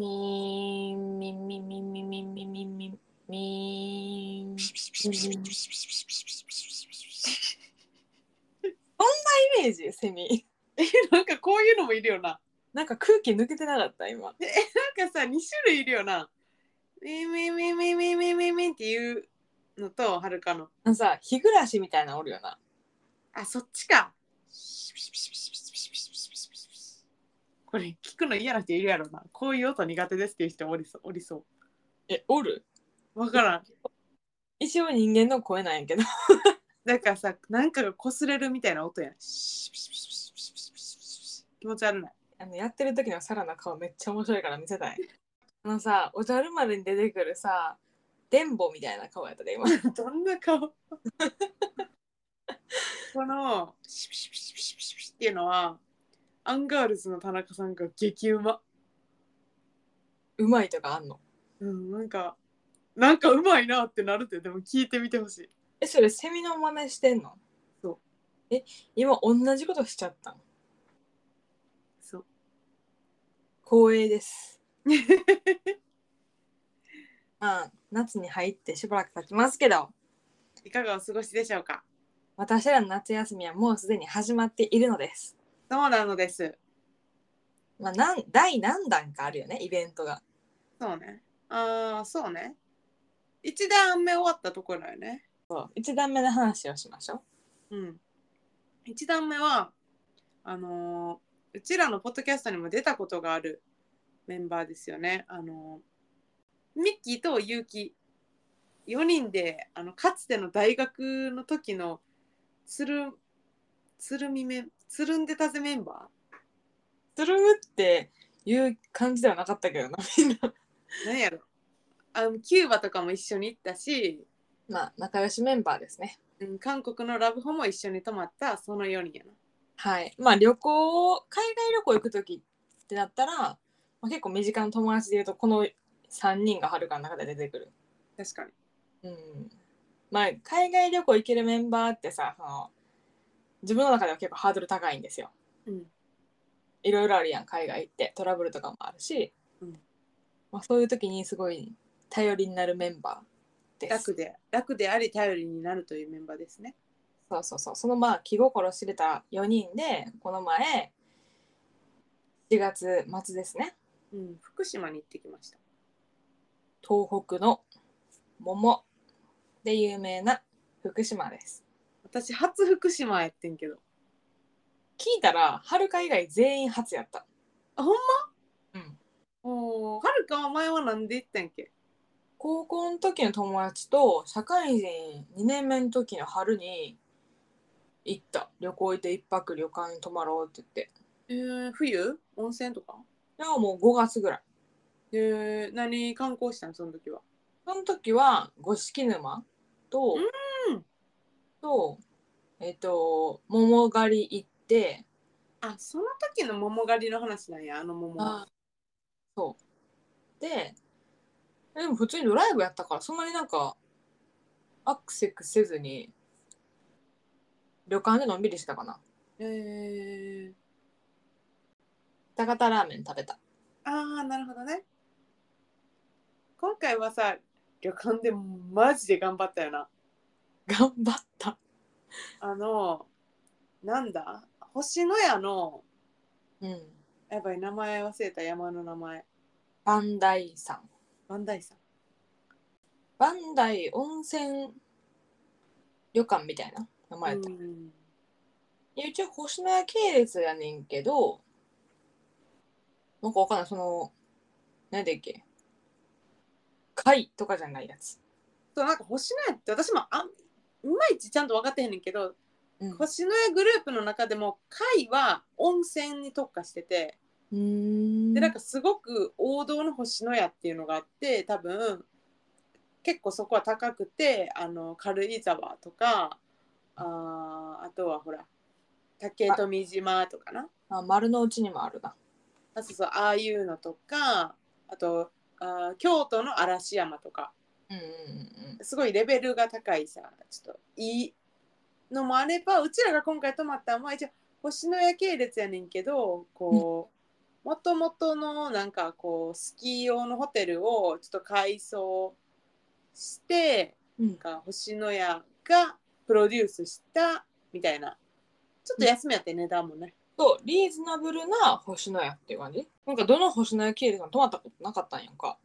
みーんみんみんみんみんみんみんみんみんみーんイメージセミなんかこういうのもいるよな。なんか空気抜けてなかった今なんかさ、2種類いるよな。ミンミンミンミンミンミンミンミンっていうのと、はるかの。あのさ日暮らしみたいなのおるよなあ、そっちか。これ聞くの嫌な人いるやろな。こういう音苦手ですっていう人おりそう。おりそえおるう。わからん。一応人間の声なんやけどなんかさ、なんかが擦れるみたいな音やん。気持ち悪ない。あのやってる時のサラの顔めっちゃ面白いから見せたいあのさおじゃる丸に出てくるさデンボみたいな顔やったで今どんな顔このシュピシュピシュピシュピシュピっていうのはアンガールズの田中さんが激うま、うまいとかあんのうん、なんかなんかうまいなってなるってでも聞いてみてほしいえそれセミの真似してんのそうえ今同じことしちゃったのそう光栄です。あ夏に入ってしばらく経ちますけどいかがお過ごしでしょうか私らの夏休みはもうすでに始まっているのです。そうなのですまあ、なん第何弾かあるよねイベントが。そうねああそうね一段目終わったところだよねそう1段目の話をしましょうん一段目はあのーうちらのポッドキャストにも出たことがあるメンバーですよね。あのーミッキーとユウキ4人であのかつての大学の時のつるつるみめつるんでたぜメンバう。つるむっていう感じではなかったけどなみんな。ー何やろあのキューバとかも一緒に行ったし、まあ仲良しメンバーですね。うん、韓国のラブホも一緒に泊まったその4人やな。はい。まあ旅行を海外旅行行く時ってなったら、まあ、結構身近な友達でいうとこの3人がはるかの中で出てくる。確かに。うんまあ、海外旅行行けるメンバーってさその自分の中では結構ハードル高いんですようん、いろいろあるやん海外行ってトラブルとかもあるし、うんまあ、そういう時にすごい頼りになるメンバーです楽で楽であり頼りになるというメンバーですね。そうそうそうそのまあ気心知れた4人でこの前4月末ですねうん、福島に行ってきました。東北の桃で有名な福島です私初福島やってんけど。聞いたらはるか以外全員初やったあほんまうんおお、はるかは前はなんで行ったんやっけ。高校の時の友達と社会人2年目の時の春に行った旅行行って一泊旅館に泊まろうって言ってえー、冬温泉とかでももう5月ぐらいえー、何観光したんその時は。その時は五色沼と、うんとえっ、と桃狩り行ってあ、その時の桃狩りの話なんや、あの桃は。そうででも普通にドライブやったからそんなになんかアクセクせずに旅館でのんびりしてたかなえー、高田ラーメン食べた あー、なるほどね。今回はさ、旅館でマジで頑張ったよな。頑張ったあの、なんだ星のやの、うんやばい名前忘れた山の名前。バンダイさん。バンダイさん。バンダイ温泉旅館みたいな名前だった。うんいや一応星のや系列やねんけど、なんかわかんない、その、何だっけ、貝とかじゃないやつ。そうなんか星のやって私もあんいまいちちゃんと分かってへんねんけど、うん星のやグループの中でも貝は温泉に特化しててうんでなんかすごく王道の星のやっていうのがあって多分結構そこは高くてあの軽井沢とかあーあとはほら竹富島とかなあ丸の内にもあるな。あそうそうああいうのとかあとあー京都の嵐山とかうんうんすごいレベルが高いさちょっといいのもあればうちらが今回泊まったのは一応星のや系列やねんけどこう、もともとのなんかこうスキー用のホテルをちょっと改装してうんなんか星のやがプロデュースしたみたいなちょっと安めやって値段もね、そうリーズナブルな星野屋っていう感じなんかどの星野屋系列も泊まったことなかったんやんか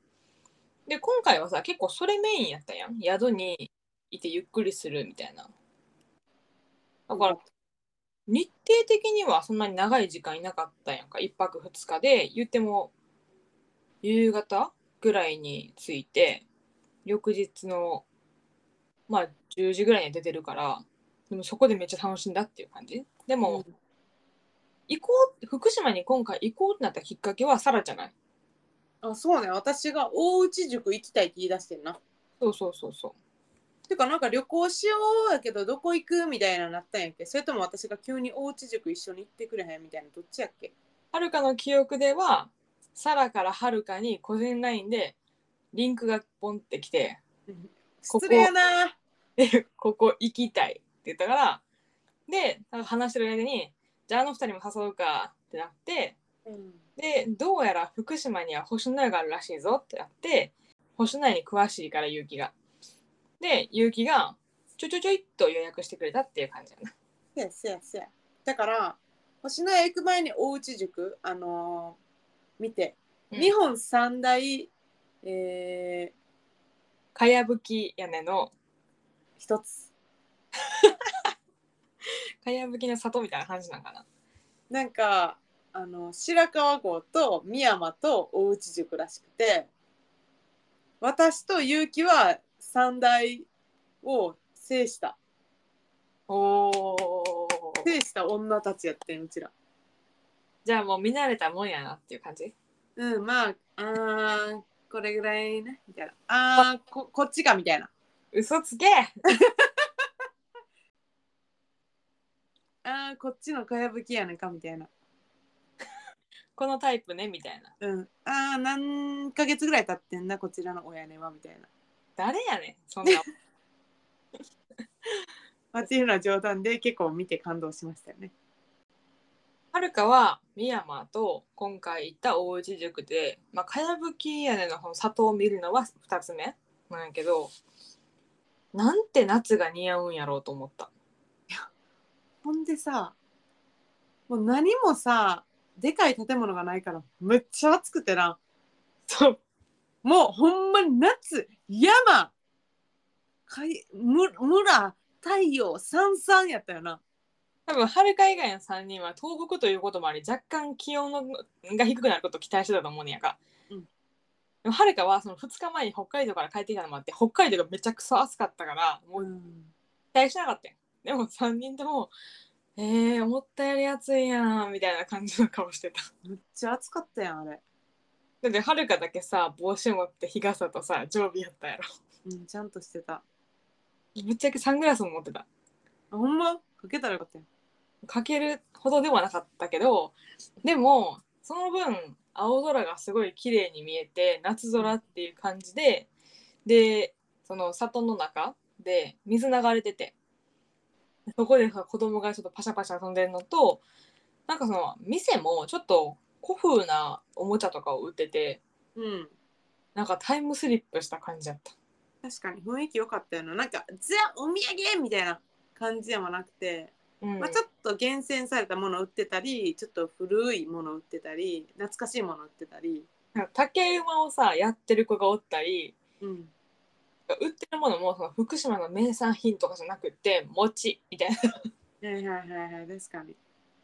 で今回はさ結構それメインやったやん宿にいてゆっくりするみたいなだから日程的にはそんなに長い時間いなかったやんか1泊2日で言っても夕方ぐらいに着いて翌日のまあ10時ぐらいには出てるからでもそこでめっちゃ楽しんだっていう感じでも、うん行こう福島に今回行こうってなったきっかけはサラじゃないあそうね私が大内塾行きたいって言い出してんなそうそうそうそてかなんか旅行しようやけどどこ行くみたいなのなったんやっけそれとも私が急に大内塾一緒に行ってくれへんみたいなどっちやっけうはるかの記憶ではサラからはるかに個人 LINE でリンクがポンってきてここ失礼やなでここ行きたいって言ったからでなんか話してる間にじゃああの二人も誘うかってなってうんでどうやら福島には星野屋があるらしいぞってなって星野屋に詳しいから結城がで結城がちょちょちょいっと予約してくれたっていう感じやなせやせやせやだから星野屋行く前に大内塾あのー見て、うん日本三大えー、かやぶき屋根の一つかやぶきの里みたいな感じなんかななんかあの白川郷と深山と大内塾らしくて私と結城は三大を制したおー制した女たちやってんうちらじゃあもう見慣れたもんやなっていう感じうんまああーこれぐらいねみたいなあーここっちかみたいな嘘つけあーこっちのかやぶきやねんかみたいなこのタイプねみたいなうんあー何ヶ月ぐらい経ってんなこちらの親ねはみたいな誰やねんそんなまあっていうのは冗談で結構見て感動しましたよねはるかは深山と今回行った大内塾で、まあ、かやぶき屋根のこの里を見るのは2つ目なんやけどなんて夏が似合うんやろうと思ったほんでさもう何もさでかい建物がないからめっちゃ暑くてなそうもうほんまに夏山かいむ村太陽さんさんやったよな多分はるか以外の3人は東北ということもあり若干気温のが低くなることを期待してたと思うんやが、うんでもはるかはその2日前に北海道から帰ってきたのもあって北海道がめちゃくそ暑かったからもう期待しなかったよでも3人とも「えー、思ったより暑いやん」みたいな感じの顔してためっちゃ暑かったやんあれ、だってはるかだけさ帽子持って日傘とさ常備やったやろうん、ちゃんとしてたぶっちゃけサングラスも持ってたあほんまかけたらよかったやんかけるほどではなかったけどでもその分青空がすごい綺麗に見えて夏空っていう感じででその里の中で水流れててそこでさ子供がちょっとパシャパシャ遊んでるのとなんかその店もちょっと古風なおもちゃとかを売っててうんなんかタイムスリップした感じだった確かに雰囲気良かったよななんかザお土産みたいな感じでもなくてうんまあ、ちょっと厳選されたものを売ってたりちょっと古いものを売ってたり懐かしいものを売ってたり、なんか竹馬をさやってる子がおったりうん、売ってるものもその福島の名産品とかじゃなくって餅みたいな はいはいはいはい確かに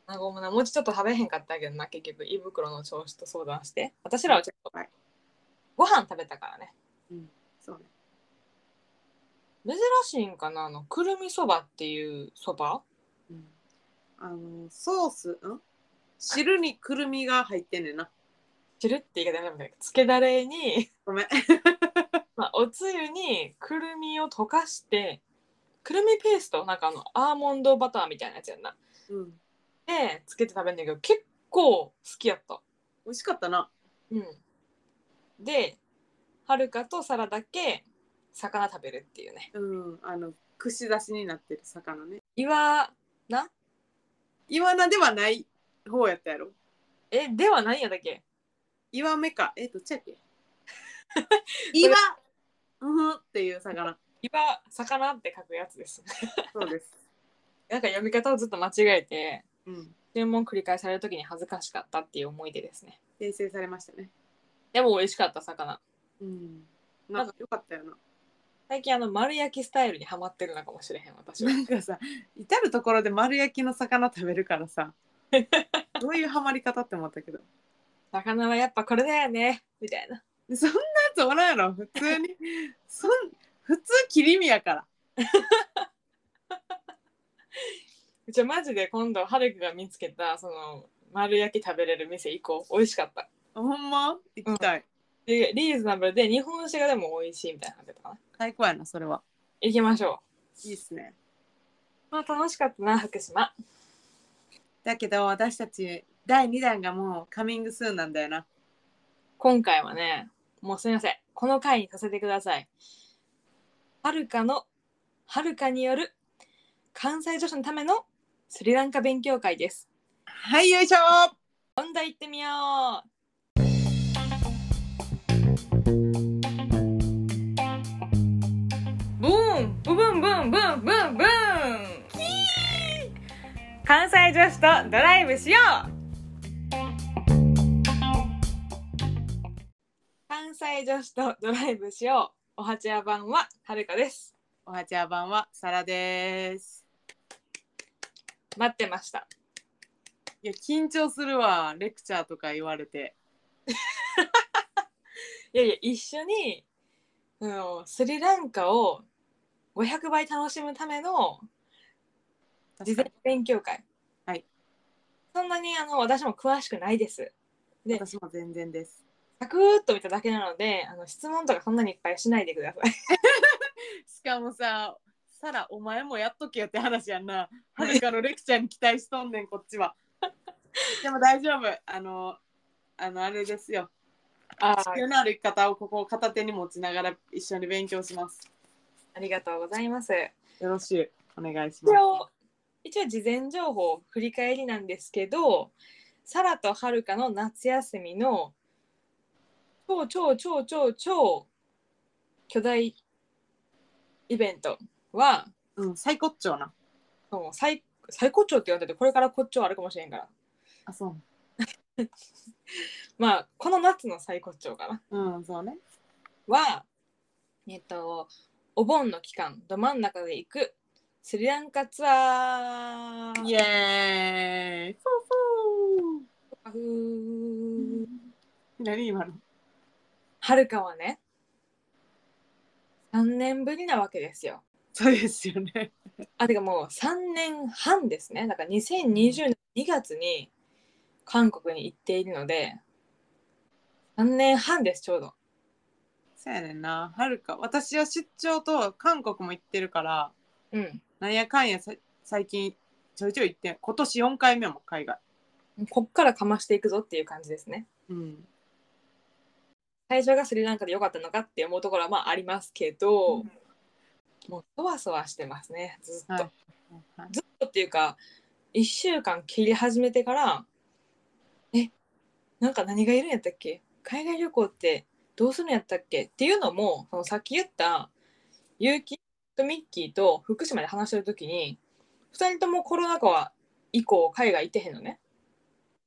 あごめんな、もうちょっと食べへんかったけどな、結局、胃袋の調子と相談して。私らはちょっとはい、ご飯食べたからね。そうね珍しいんかな、あの、くるみそばっていうそばうん、あのソースん汁にくるみが入ってんねんな汁って言い方やめたけど、つけだれに、 ごめんまあ、おつゆにくるみを溶かして、くるみペースト、なんかあの、アーモンドバターみたいなやつやんな。うんで、つけて食べんだけど、結構好きやった。美味しかったなうん。で、はるかとサラだけ、魚食べるっていうね。うんあの串刺しになってる魚ね岩なイワナではない方やったやろえ、では何やだっけ岩目か。え、どっちやっけ岩うんっていう魚。岩、魚って書くやつです。そうです。 なんか読み方をずっと間違えて、うん。注文繰り返されるときに恥ずかしかったっていう思い出ですね。訂正されましたね。でも美味しかった魚。うん。なんかよかったよな。最近あの丸焼きスタイルにハマってるのかもしれへん私は な。んかさ、至る所で丸焼きの魚食べるから さ、どういうハマり方って思ったけど。魚はやっぱこれだよねみたいな。そんなやつおらんやろ、普通 に。そん普通切り身やから。うちはマジで今度はるくが見つけたその丸焼き食べれる店行こう。美味しかった。ほんま行きたい。でリーズナブルで日本酒がでも美味しいみたいな感じだったかな。最高やな、それは。行きましょいいっすね。う。まあ楽しかったな福島。だけど私たち第2弾がもうカミングスーンなんだよな。今回はねもうすみませんこの回にさせてください。はるかのはるかによる関西女子のためのスリランカ勉強会です。はい、よいしょ本題行ってみよう。ブーン、ブブンブンブンブンブーン。関西女子とドライブしよう。関西女子とドライブしよう。おはちや版ははるかです。おはちゃばんはサラです。待ってました。いや、緊張するわ、レクチャーとか言われて。いやいや一緒に、うん、スリランカを500倍楽しむための事前勉強会はいそんなにあの私も詳しくないです確かに私も全然です。サクッと見ただけなのであの質問とかそんなにいっぱいしないでくださいしかもさ、サラ、お前もやっとけよって話やんな。はるかのレクチャーに期待しとんねん、こっち は。でも大丈夫。あの、あの、あれですよ。あ地球の歩き方をここを片手に持ちながら一緒に勉強します。 ありがとうございますよろしい。お願いし一ます。応一応事前情報振り返りなんですけどサラとはるかの夏休みの超超超超超巨大イベントはうん、最高潮な。もう最最高潮って言われててこれからこっちはあるかもしれんからあ、そう。まあこの夏の最高潮かなうん、そうね。はえっとお盆の期間ど真ん中で行くスリランカツアーイエーイ。そふーうそう。何今の。はるかはね3年ぶりなわけですよそうですよね。あてかもう3年半ですねだから2020年2月に韓国に行っているので3年半ですちょうどそうやねんな。はるか、私は出張と韓国も行ってるから、うんなんやかんやさ最近ちょいちょい行ってん、今年4回目も海外。こっからかましていくぞっていう感じですねうん。最初がスリランカで良かったのかって思うところはまあありますけど、もうそわそわしてますねずっと、はいはいずっとっていうか1週間切り始めてからえなんか何がいるんやったっけ海外旅行ってどうするんやったっけっていうのもそのさっき言った結城とミッキーと福島で話してる時に2人ともコロナ禍は以降海外行ってへんのね。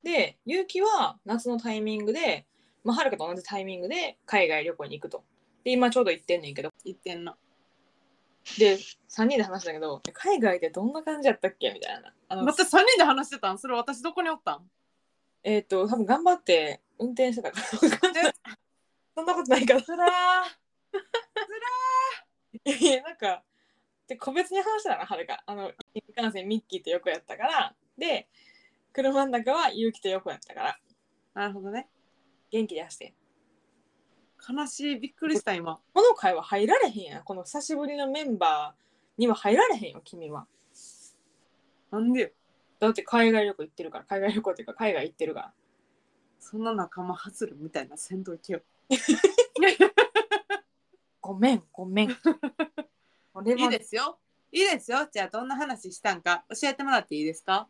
で結城は夏のタイミングで、まあ、はるかと同じタイミングで海外旅行に行くと。で今ちょうど行ってんねんけど行ってんの。で3人で話したけどえ海外ってどんな感じやったっけみたいなあの、また3人で話してたんそれ私どこにおったんえっ、と多分頑張って運転してたから分かんない そんなことない からつらーいやいやなんかで個別に話したなはるかあの新幹線ミッキーと横やったからで車の中は勇気と横やったからなるほどね。元気出して悲しい。びっくりした今。この会は入られへんやんこの久しぶりのメンバーには入られへんよ君はなんでよだって海外旅行行ってるから海外旅行っていうか海外行ってるからそんな仲間外れみたいな戦闘行けよ。ごめんごめん俺いいはですよ。いいですよ。じゃあどんな話したんか教えてもらっていいですか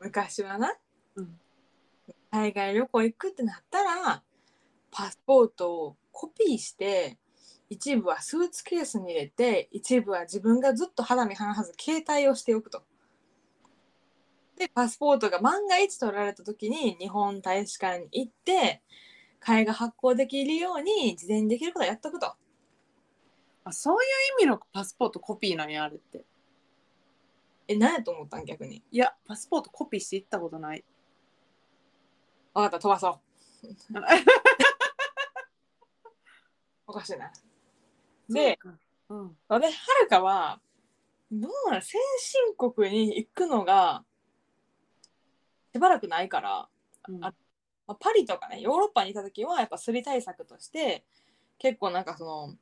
昔はな、うん海外旅行行くってなったらパスポートをコピーして一部はスーツケースに入れて一部は自分がずっと肌身離さず携帯をしておくと。でパスポートが万が一取られた時に日本大使館に行って絵画発行できるように事前にできることはやっとくと。あそういう意味のパスポートコピーなんやあれってえ何やと思ったん逆に。いやパスポートコピーして行ったことないわかった飛ばそう。おかしいな。でそうかうん、あれはるかはどうなん先進国に行くのがしばらくないから、うんあまあ、パリとかねヨーロッパにいた時はやっぱすり対策として結構なんかその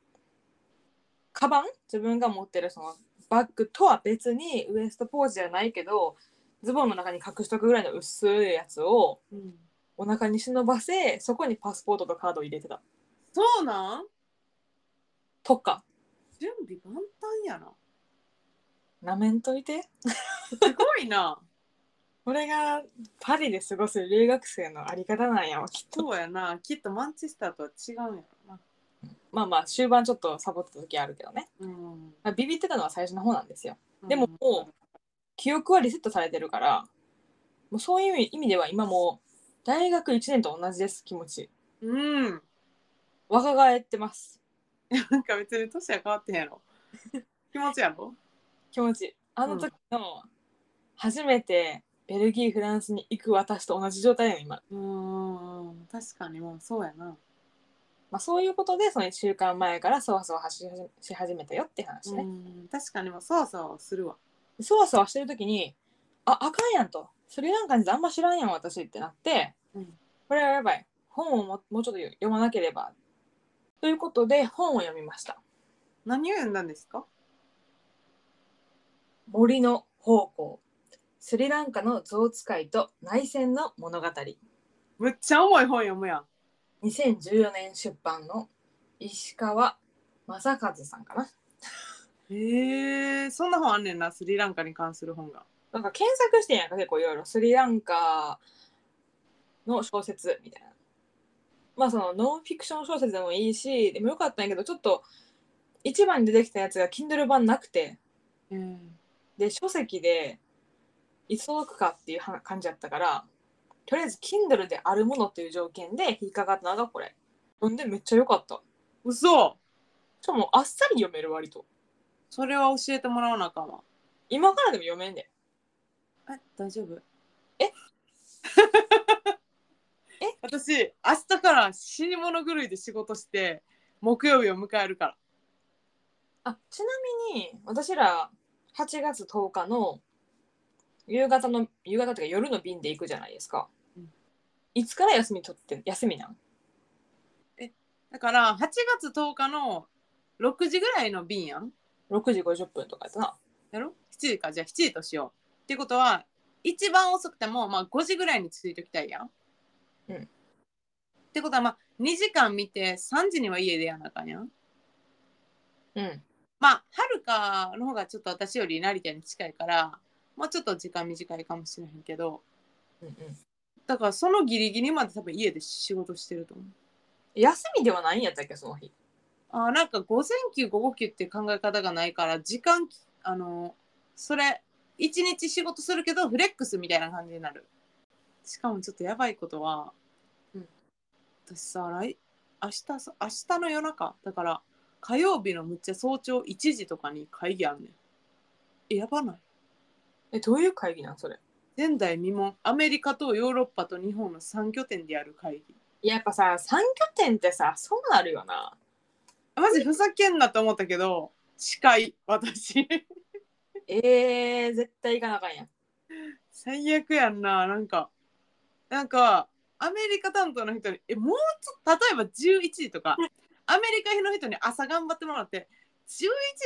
カバン自分が持ってるそのバッグとは別にウエストポーチじゃないけどズボンの中に隠しとくぐらいの薄いやつをうんお腹に忍ばせそこにパスポートとカードを入れてたそうなんとか準備万端やななめんといてすごいなこれがパリで過ごす留学生のあり方なんやわきっとそうやなきっとマンチェスターとは違うんやろなまあまあ終盤ちょっとサボった時あるけどね、うんまあ、ビビってたのは最初の方なんですよでもうんもう記憶はリセットされてるからもうそういう意味では今もう大学1年と同じです気持ちうん若返ってますなんか別に年は変わってへんやろ 気持ちやろ気持ちあの時の初めてベルギーフランスに行く私と同じ状態やの今、うん確かにもうそうやな、まあ、そういうことでその1週間前からそわそわはしし始めたよって話ね、うん確かにもうそうそうするわそわそわしてる時に「ああかんやん」と「スリランカについてあんま知らんやん私」ってなって、うんこれはやばい本をももうちょっと読まなければということで本を読みました何を読んだんですか「森の方向」スリランカの象使いと内戦の物語むっちゃ重い本読むやん2014年出版の石川正和さんかなへえそんな本あんねんなスリランカに関する本がなんか検索してんやんか結構いろいろスリランカの小説みたいなまあそのノンフィクション小説でもいいしでもよかったんやけどちょっと一番に出てきたやつが Kindle 版なくてうんで書籍でいつ届くかっていうは感じやったからとりあえず Kindle であるものっていう条件で引っかかったのがこれ読んでめっちゃ良かった嘘しかもあっさり読める割とそれは教えてもらわなあかんわ今からでも読めんでえ大丈夫 え私明日から死に物狂いで仕事して木曜日を迎えるからあちなみに私ら8月10日の夕方の夕方っていうか夜の便で行くじゃないですか、うんいつから休み取って休みなんだから8月10日の6時ぐらいの便やん ?6 時50分とかやったなやろ ?7 時かじゃあ7時としようってことは一番遅くてもまあ5時ぐらいに着いときたいやんうんってことはまあ2時間見て3時には家でやんなあかんやんうんまあはるかの方がちょっと私より成田に近いからもうちょっと時間短いかもしれへんけどうんうんだからそのギリギリまで多分家で仕事してると思う。休みではないんやったっけその日あーなんか午前休午後休っていう考え方がないから時間あのそれ一日仕事するけどフレックスみたいな感じになる。しかもちょっとやばいことは、うん私さ来明日さ明日の夜中だから火曜日のむっちゃ早朝1時とかに会議あんねん。えやばないえどういう会議なんそれ前代未聞アメリカとヨーロッパと日本の3拠点でやる会議。いややっぱさ3拠点ってさそうなるよなマジふざけんなと思ったけど近い私 えー、絶対行かなあかんやん最悪やんななんかなんかアメリカ担当の人にえもうちょっと例えば11時とかアメリカの人に朝頑張ってもらって11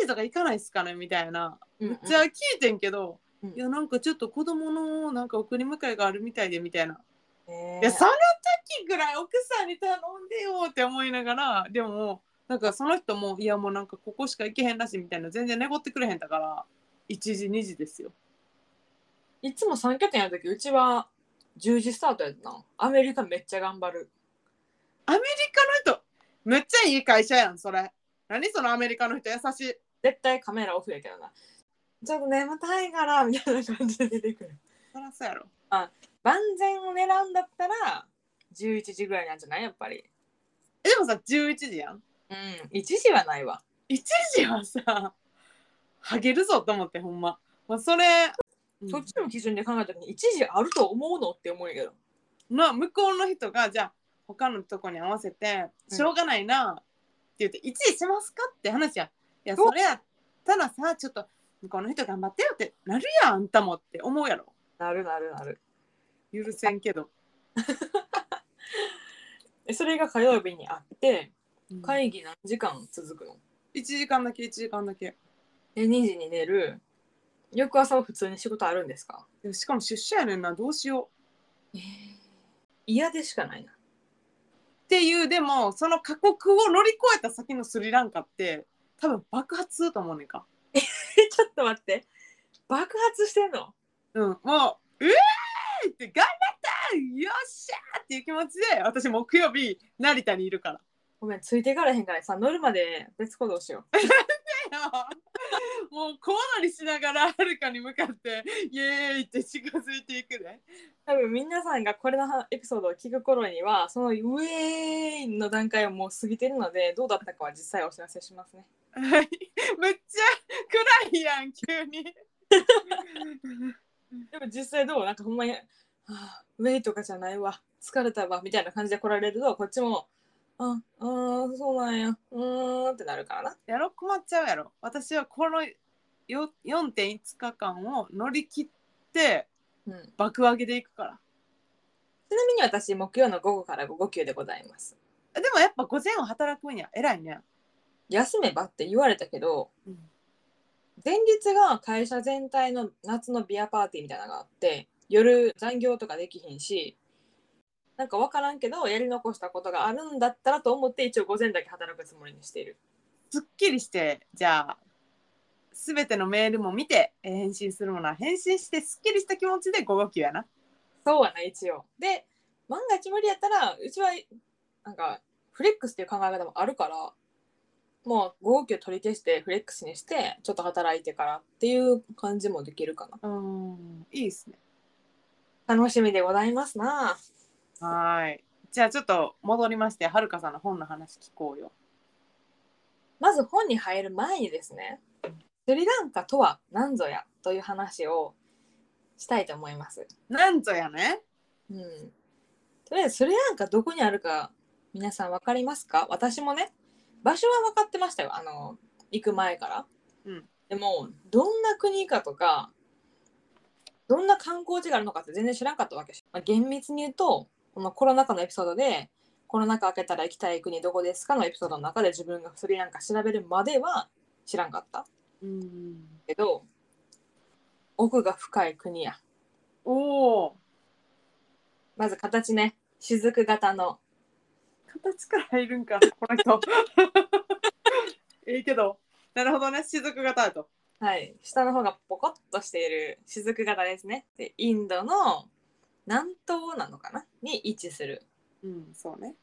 時とか行かないっすかねみたいなうんうめっんちゃ聞いてんけうど、んいやなんかちょっと子供のなんか送り迎えがあるみたいでみたいなえーいやその時ぐらい奥さんに頼んでよって思いながらでもなんかその人もいやもうなんかここしか行けへんらしいみたいな全然寝ごってくれへんだから1時2時ですよいつも3拠点やる時うちは10時スタートやったなアメリカめっちゃ頑張るアメリカの人めっちゃいい会社やんそれ何そのアメリカの人優しい絶対カメラオフやけどなちょっと眠たいからみたいな感じで出てくるそらそうやろ万全を狙うんだったら11時ぐらいなんじゃないやっぱりえでもさ11時やんうん1時はないわ1時はさハゲるぞと思ってほんま、まあ、それ、うんそっちの基準で考えた時に1時あると思うのって思うけどまあ向こうの人がじゃあ他のとこに合わせて「うんしょうがないな」って言って「1位しますか?」って話や。いやそうそれやったらさちょっと向こうの人頑張ってよってなるやんあんたもって思うやろなるなるなる許せんけど。えそれが火曜日にあってうん会議何時間続くの、 1時間だけ1時間だけ。で2時に寝る翌朝は普通に仕事あるんですかでしかも出社やねんなどうしよ嫌でしかないな う。っていうでもその過酷を乗り越えた先のスリランカって多分爆発すると思うねんか。えちょっと待って爆発してんのうん、もう、うえーいって頑張ったよっしゃーっていう気持ちで、私木曜日、成田にいるから。ごめんついていからへんからさ乗るまで別行動しよう もう小躍りしながらはるかに向かって、イエーイって近づいていくね。多分皆さんがこれのエピソードを聞く頃にはそのウェーイの段階をもう過ぎてるのでどうだったかは実際お知らせしますねはいめっちゃ暗いやん、急に。でも実際どうなんかほんまに、はあ、ウェイとかじゃないわ疲れたわみたいな感じで来られるとこっちもああーそうなんやうーんってなるからなやろ、困っちゃうやろ。私はこのよ4.5日間を乗り切って、うん爆上げでいくから。ちなみに私、木曜の午後から午後休でございます。えでもやっぱ午前は働くんや。偉いね。休めばって言われたけど、うん前日が会社全体の夏のビアパーティーみたいなのがあって、夜残業とかできひんし、なんか分からんけど、やり残したことがあるんだったらと思って、一応午前だけ働くつもりにしている。すっきりしてじゃあすべてのメールも見てえー返信するものは返信してすっきりした気持ちで午後休やなそうはない、一応。で、万が一無理やったら、うちは、なんか、フレックスっていう考え方もあるから、もう、午後休取り消して、フレックスにして、ちょっと働いてからっていう感じもできるかな。うんいいですね楽しみでございますな。はーいじゃあちょっと戻りましてはるかさんの本の話聞こうよまず本に入る前にですね、スリランカとは何ぞやという話をしたいと思います。なんぞやねうん。とりあえずスリランカどこにあるか皆さん分かりますか私もね、場所は分かってましたよ。あの、行く前から。うんでも、どんな国かとか、どんな観光地があるのかって全然知らんかったわけです。まあ、厳密に言うと、このコロナ禍のエピソードで、コロナ禍明けたら行きたい国どこですかのエピソードの中で自分がスリランカ調べるまでは知らんかったうんけど、奥が深い国や。おおまず形ね、雫型の。形から入るんかこの人ええけどなるほどね雫型だとはい、下の方がポコッとしている雫型ですね。で、インドの南東なのかなに位置するうんそうね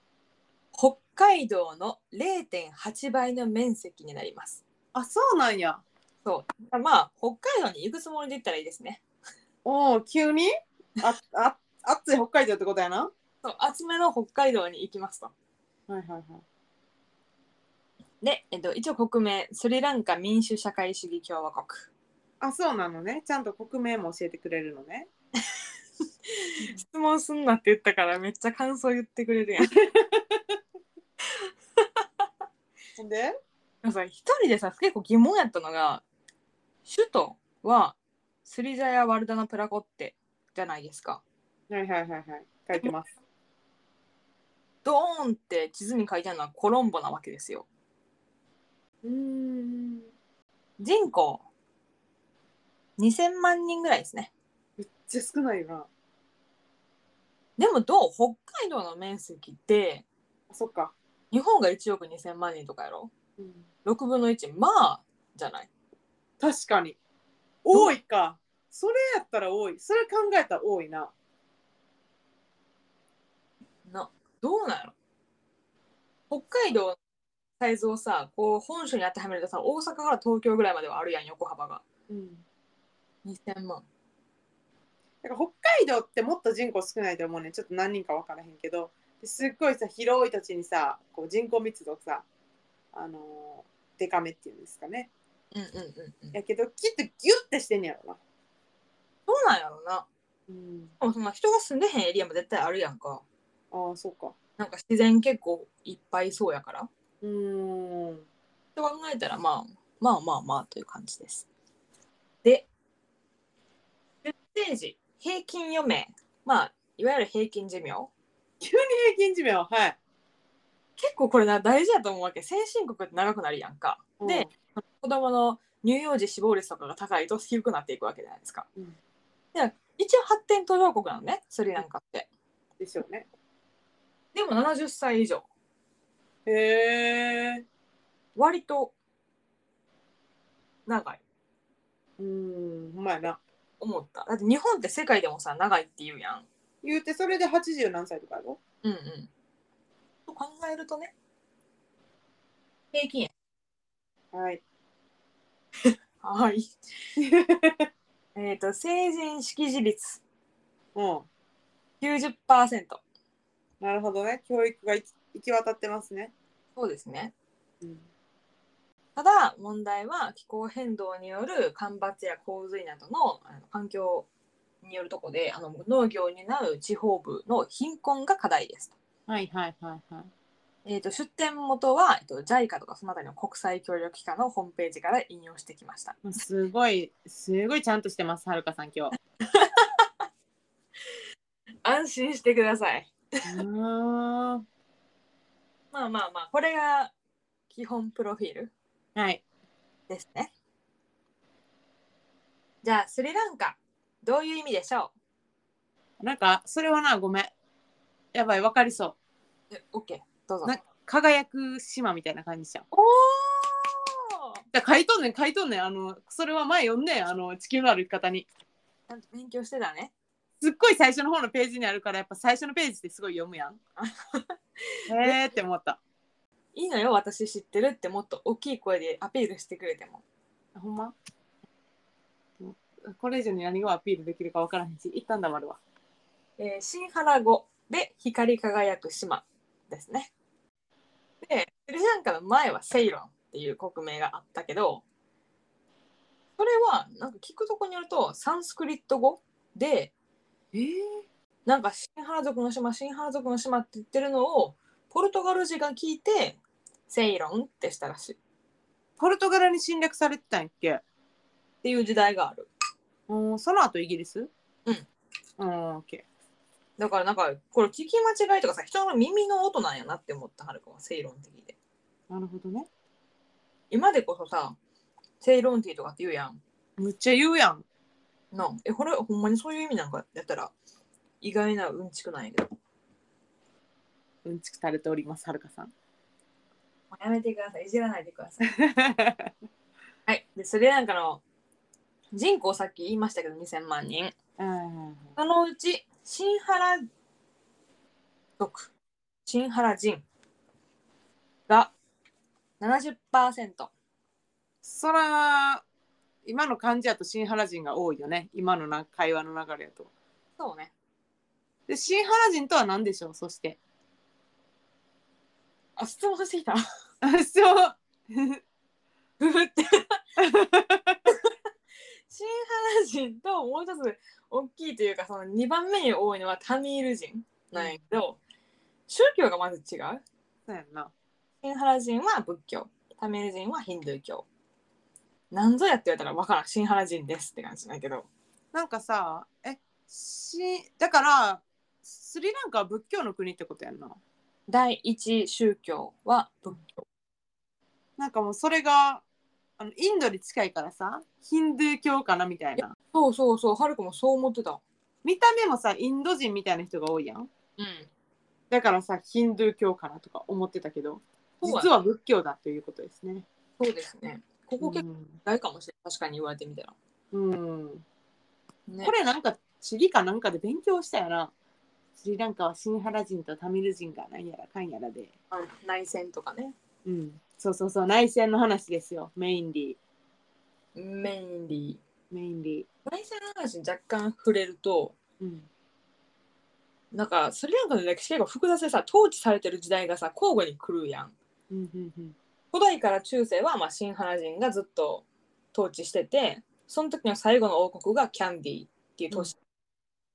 北海道の0.8倍の面積になります。あそうなんやそう、まあ北海道に行くつもりで行ったらいいですね。おお急にああ暑い北海道ってことやなそう、厚めの北海道に行きますと。はいはいはいで、えっと、一応国名スリランカ民主社会主義共和国。あ、そうなのね。ちゃんと国名も教えてくれるのね。質問すんなって言ったからめっちゃ感想言ってくれるやん。ほんで、でもさ一人でさ結構疑問やったのが首都はスリジャヤ・ワルダナ・プラコってじゃないですかはいはいはいはい。書いてます。ドーンって地図に書いてあるのはコロンボなわけですようーん。人口2000万人ぐらいですねめっちゃ少ないよな。でもどう北海道の面積ってあ、そっか。日本が1億2000万人とかやろうん、 6分の1まあじゃない確かに。多いか。それやったら多い。それ考えたら多いな。どうなの北海道のサイズをさこう本州に当てはめるとさ大阪から東京ぐらいまではあるやん横幅がうん2000万だから北海道ってもっと人口少ないと思うねちょっと何人か分からへんけどですっごいさ広い土地にさこう人口密度さあのー、デカめっていうんですかねうんうんうんうんやけどきっとギュッてしてんねやろな、そうなんやろなうん、でもそんな人が住んでへんエリアも絶対あるやんかああそうかなんか自然結構いっぱいそうやからうーんと考えたら、まあ、まあまあまあという感じです。で、10ページ、平均余命、まあ、いわゆる平均寿命。平均寿命はい結構これな大事だと思うわけ。先進国って長くなるやんか。で、子供の乳幼児死亡率とかが高いと低くなっていくわけじゃないですか。うんで一応発展途上国なのね、スリなんかって。うんでしょうねでも70歳以上、へえ割と長い、うんほんまやな思った。だって日本って世界でもさ、長いって言うやん。言うてそれで80何歳とかやろうんうん。と考えるとね、平均や。はいはい。 えっと、成人識字率うん90%。なるほどね教育が行き行き渡ってますねそうですね。うんただ、問題は気候変動による干ばつや洪水などのあの環境によるとこであの農業を担う地方部の貧困が課題ですと。はいはいはいはいえっと出典元は、えっと JICA とかそのあたりの国際協力機関のホームページから引用してきました。すごい、すごいちゃんとしてます、はるかさん、今日。安心してください。まはあまあまあ、これが基本プロフィールい。ですね。じゃあ、スリランカ、どういう意味でしょなんか、それはな、ごめん。やばい、わかりそうえ、OK、どうぞ。なう。輝く島みたいな感じじゃん。おーだ書いとんねん、書いとんねん。あの、それは前読んねん、あの、地球の歩き方に。ちゃんと勉強してたね。すっごい最初の方のページにあるから、やっぱ最初のページってすごい読むや ん。へーって思った。いいのよ、私知ってるってもっと大きい声でアピールしてくれても。ほんまこれ以上に何がアピールできるかわからへんし、一旦黙るわ。えー、新原語で光り輝く島ですね。で、スリランカの前はセイロンっていう国名があったけど、それはなんか聞くとこによるとサンスクリット語で、えー、なんか新原族の島新原族の島って言ってるのをポルトガル人が聞いてセイロンってしたらしいっポルトガルに侵略されてたんやっけていう時代があるうん、その後イギリスうん。うん、オッケだからなんかこれ聞き間違いとかさ人の耳の音なんやなって思ったはるかはセイロンって聞いてー。なるほどね。今でこそさセイロンティーとかって言うやんむっちゃ言うやん。なあえこれほんまにそういう意味なんかやったら意外なうんちくなんやけどもうんちくされております、はるかさん。 うやめてくださいいじらないでくださいはいでそれなんかの人口さっき言いましたけど2000万人うんそのうち、新原族、新原人が70%。そら、今の感じやと新原人が多いよね。今のな会話の流れやと。そうね。で、新原人とは何でしょうそして。 あ、質問してきた。あ、そう。ふふ って。新原人ともう一つ大きいというか、その2番目に多いのはタミール人なんやけど、宗教がまず違う。そうやんな。新原人は仏教、タミール人はヒンドゥー教。なんぞやって言われたら分からん、新原人ですって感じだけど。なんかさ、え、し、だから、スリランカは仏教の国ってことやんな。第一宗教は仏教。なんかもうそれが、あのインドに近いからさ、ヒンドゥー教かなみたいな。そうそうそう、はるかもそう思ってた。見た目もさインド人みたいな人が多いやんうん。だからさヒンドゥー教かなとか思ってたけどそうや実は仏教だということですねそうですね。ここ結構大かもしれない。確かに言われてみたら。うん、うんねこれなんか地理かなんかで勉強したよなスリランカはシンハラ人とタミル人がなんやらかんやらで、うん内戦とかねうん、そうそうそう内戦の話ですよメインリメインリーメインリー内戦の話に若干触れるとー、うん、なんかスリランカの歴史結構複雑でさ統治されてる時代がさ交互に来るやんうんうんうん古代から中世はまあシンハラ人がずっと統治しててその時の最後の王国がキャンディーっていう都市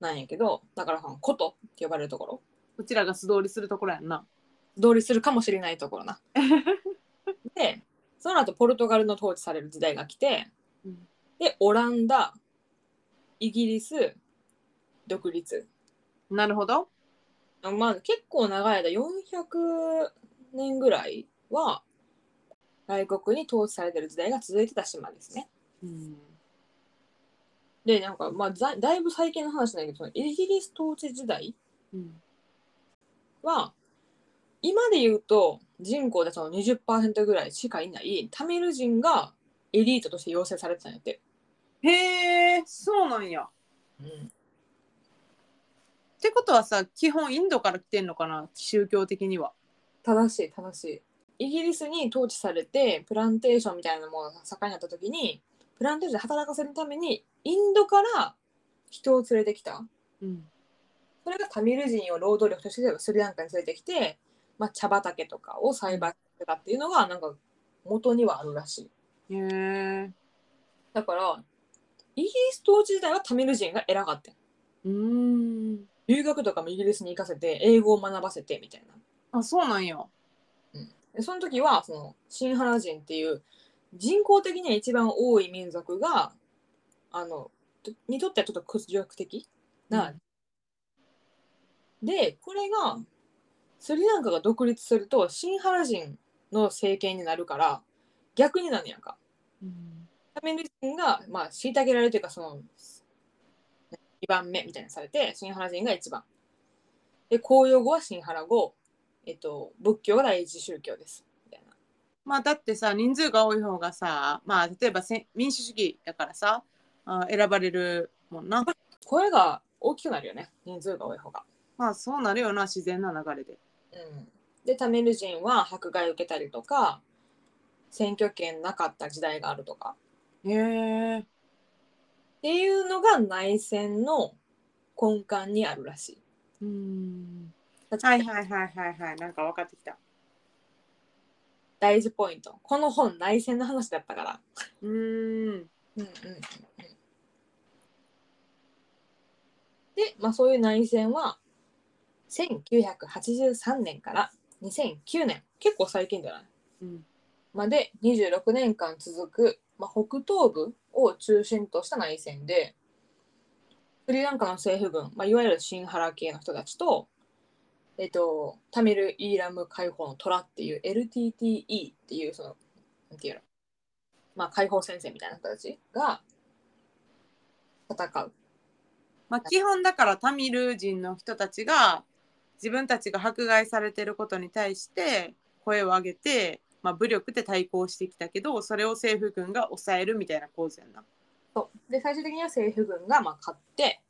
なんやけど、だからその古都って呼ばれるところこちらが素通りするところやんな同理するかもしれないところ な。でその後ポルトガルの統治される時代が来てうんでオランダイギリス独立なるほどまあ結構長い間400年ぐらいは外国に統治されてる時代が続いてた島ですね。うんでなんかまあざだいぶ最近の話だけどそのイギリス統治時代うんは今で言うと人口でその20%ぐらいしかいないタミル人がエリートとして養成されてたんやって、へえそうなんやってことはさ基本インドから来てんのかな宗教的には正しい正しいイギリスに統治されてプランテーションみたいなものが盛んになった時にプランテーションで働かせるためにインドから人を連れてきたうんそれがタミル人を労働力としてスリランカに連れてきて、まあ、茶畑とかを栽培してたっていうのがなんか元にはあるらしいへえだからイギリス統治時代はタミル人が偉かったんうん留学とかもイギリスに行かせて英語を学ばせてみたいなあそうなんやでその時はそのシンハラ人っていう人口的には一番多い民族があのとにとってはちょっと屈辱的な、でこれがスリランカが独立するとシンハラ人の政権になるから逆になるやんかうんタミル人がまあ虐げられるというかその2番目みたいにされてシンハラ人が1番で公用語はシンハラ語、えっと、仏教が第一宗教ですみたいなまあだってさ人数が多い方がさまあ例えばせん民主主義だからさあ選ばれるもんな声が大きくなるよね人数が多い方が、まあそうなるよな自然な流れでうん、でタミル人は迫害を受けたりとか選挙権なかった時代があるとかへえっていうのが内戦の根幹にあるらしいうんはいはいはいはいはいなんか分かってきた大事ポイントこの本内戦の話だったからうんうんうんうんうんで、まあ、そういう内戦は1983年から2009年結構最近じゃないうんまで26年間続く、まあ、北東部を中心とした内戦でスリランカの政府軍、まあ、いわゆるシンハラ系の人たちと,、えっとタミル・イーラム解放の虎っていう LTTE っていうそのなんていうの、まあ、解放戦線みたいな人たちが戦う。まあ、基本だからタミル人の人たちが自分たちが迫害されてることに対して声を上げて、まあ、武力で対抗してきたけどそれを政府軍が抑えるみたいな構図やんな。そうで最終的には政府軍がまあ勝って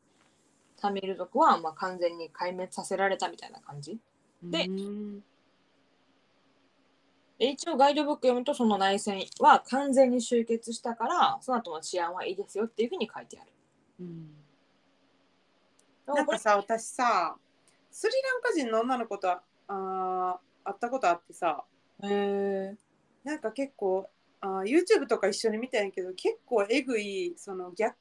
タミル族はまあ完全に壊滅させられたみたいな感じ。でうんで一応ガイドブック読むとその内戦は完全に終結したからその後の治安はいいですよっていうふうに書いてある。うんでなもんこかれさ私さスリランカ人の女の子とあー会ったことあってさへなんか結構あー YouTube とか一緒に見たんやけど結構えぐいその逆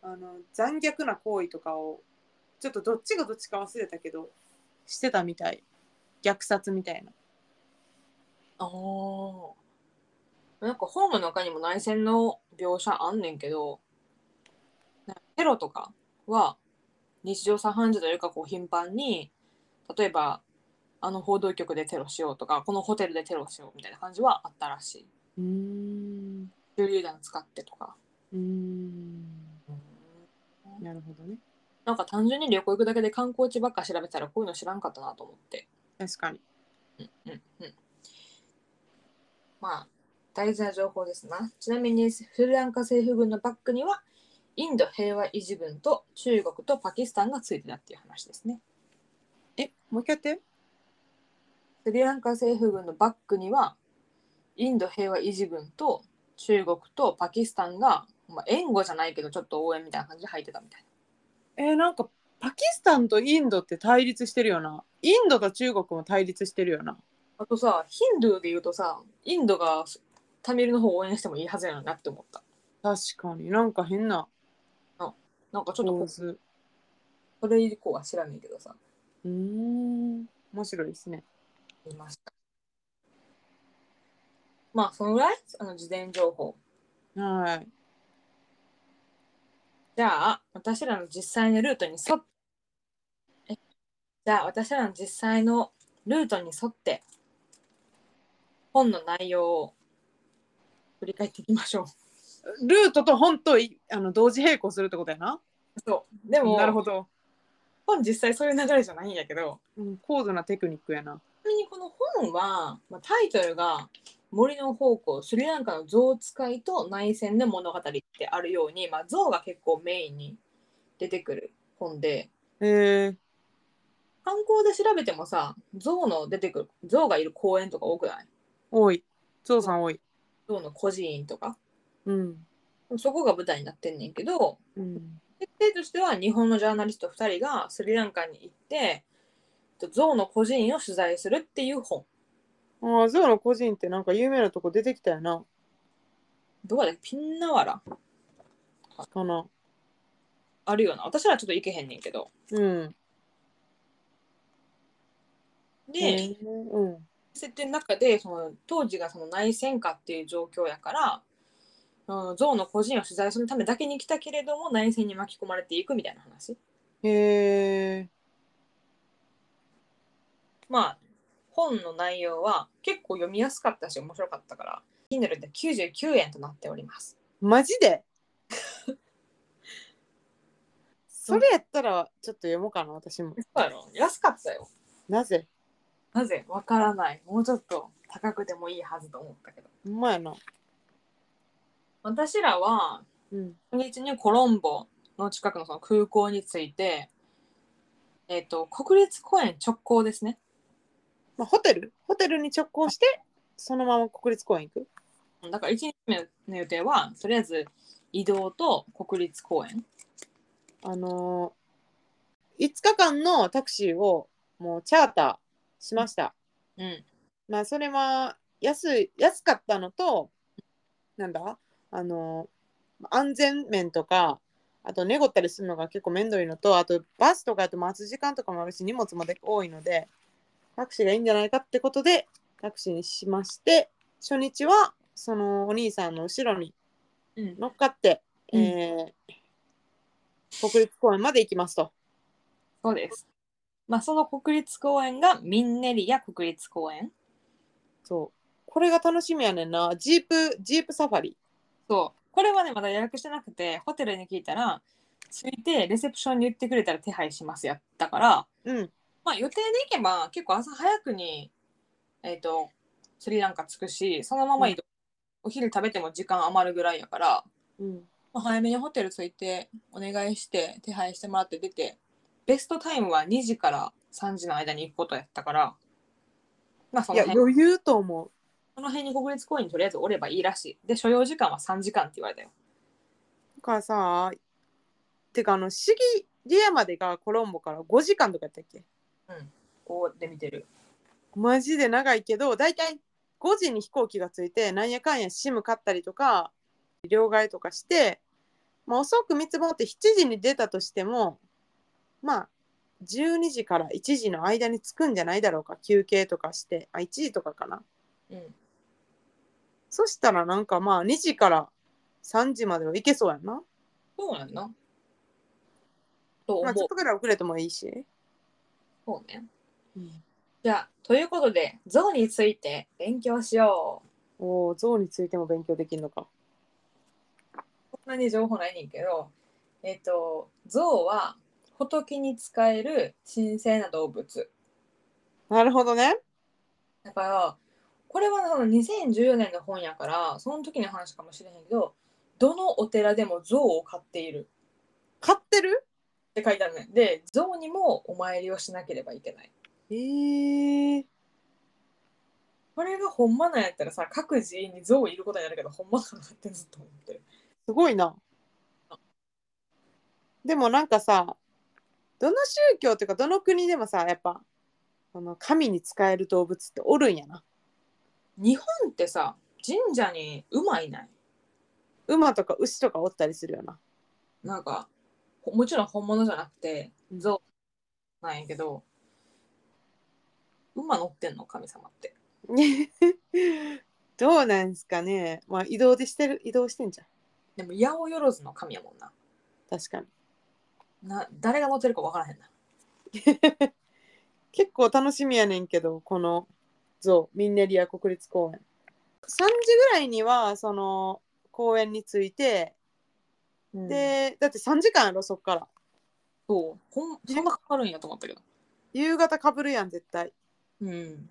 あの残虐な行為とかをちょっとどっちがどっちか忘れたけどしてたみたい虐殺みたいなあーなんか本の中にも内戦の描写あんねんけどなんかテロとかは日常茶飯事というかこう頻繁に例えばあの報道局でテロしようとかこのホテルでテロしようみたいな感じはあったらしい。うん手榴弾使ってとか。うんなるほどねなんか単純に旅行行くだけで観光地ばっか調べたらこういうの知らんかったなと思って。確かにうんうんまあ大事な情報ですなちなみにスリランカ政府軍のバックにはインド平和維持軍と中国とパキスタンがついてたっていう話ですねえ、もう一回やって。スリランカ政府軍のバックにはインド平和維持軍と中国とパキスタンが、まあ、援護じゃないけどちょっと応援みたいな感じで入ってたみたいえーなんかパキスタンとインドって対立してるよな。インドと中国も対立してるよな。なあとさヒンドゥーで言うとさインドがタミルの方を応援してもいいはずやなって思った確かになんか変ななんかちょっと構こ図。これ以降は知らないけどさうーん。面白いですね。見ましたまあそのぐらいあの事前情報はい。じゃあ私らの実際のルートに沿ってえじゃあ私らの実際のルートに沿って本の内容を振り返っていきましょルートと本といあの同時並行するってことやな。う。そうでもなるほど、本実際そういう流れじゃないんやけどうん。高度なテクニックやな。ちなみにこの本は、まあ、タイトルが「森の宝庫スリランカの象使いと内戦の物語」ってあるように、まあ、象が結構メインに出てくる本で。えー、観光で調べてもさ、象の出てくる、象がいる公園とか多くない多い。ゾウさん多い。象の孤児院とかうん。そこが舞台になってんねんけどうん。設定としては日本のジャーナリスト2人がスリランカに行ってえっと象の孤児院を取材するっていう本ああ、ゾウの個人ってなんか有名なとこ出てきたよな。どこだっけピンナワラかな。あるような私らちょっと行けへんねんけどうん。で、えーうん。設定の中でその当時がその内戦下っていう状況やから、うん、象の孤児院を取材するためだけに来たけれども内戦に巻き込まれていくみたいな話へえ。まあ本の内容は結構読みやすかったし面白かったから Kindle で99円となっておりますマジ でそれやったらちょっと読もうかな私もそうやろ安かったよ。なぜなぜわからない。もうちょっと高くてもいいはずと思ったけど。ほんまやな私らは、うん初日にコロンボの近くのその空港に着いて、えっ、と、国立公園直行ですね。まあ、ホテルホテルに直行してそのまま国立公園行くだから1日目の予定は、とりあえず移動と国立公園。あのー、5日間のタクシーをもうチャーターしましたうん。まあそれは安い安かったのとなんだあの安全面とかあと寝ごったりするのが結構面倒いのとあとバスとかあと待つ時間とかもあるし荷物もで多いのでタクシーがいいんじゃないかってことでタクシーにしまして初日はそのお兄さんの後ろにうん、乗っかって、うんえー国立公園まで行きますと。そうです。まあ、その国立公園がミンネリア国立公園。そうこれが楽しみやねんなジープジープサファリそう。これはね、まだ予約してなくて、ホテルに聞いたら、着いてレセプションに言ってくれたら手配しますやったから、うんまあ予定で行けば結構朝早くに、えっ、と、スリランカ着くし、そのまま移動、お昼食べても時間余るぐらいやから、うんまあ、早めにホテル着いて、お願いして、手配してもらって出て、ベストタイムは2時から3時の間に行くことやったから、まあそいのや辺余裕と思うその辺に国立公園にとりあえずおればいいらしい。で、所要時間は3時間って言われたよ。だからさてかあのシギリアまでがコロンボから5時間とかやったっけこうで見てる。マジで長いけど大体5時に飛行機が着いてなんやかんやシム買ったりとか両替とかして、まあ、遅く見積もって7時に出たとしてもまあ12時から1時の間に着くんじゃないだろうか休憩とかしてあ1時とかかなうん。そしたらなんかまあ2時から3時までは行けそうやんな、そうやんな。とま思あ、う。ちょっとぐらい遅れてもいいし、そうね。じゃあ、ということで、象について勉強しよう。おお、象についても勉強できるのか。こんなに情報ないねんけど、えっ、と、象は仏に仕える神聖な動物。なるほどね。だから、これはその2014年の本やから、その時の話かもしれへんけど、どのお寺でも象を飼っている。買ってるて書いてあるね。で、象にもお参りをしなければいけない。えー、これがほんまなんやったらさ、各自に象いることになるけど、ほんまかなってずっと思ってる。すごいな。でもなんかさどの宗教っていうかどの国でもさやっぱこの神に仕える動物っておるんやな。日本ってさ、神社に馬いない馬とか牛とかおったりするよな。 なんか、ほもちろん本物じゃなくて、象なんやけど、馬乗ってんの神様って。どうなんすかね。まあ移動でしてる移動してんじゃん。でも、八百万の神やもんな。確かに。な誰が乗ってるか分からへんな。結構楽しみやねんけどこの像ミンネリア国立公園3時ぐらいにはその公園に着いて、で、でだって3時間やろそっからそうほん、そんなかかるんやと思ったけど。夕方かぶるやん絶対うん。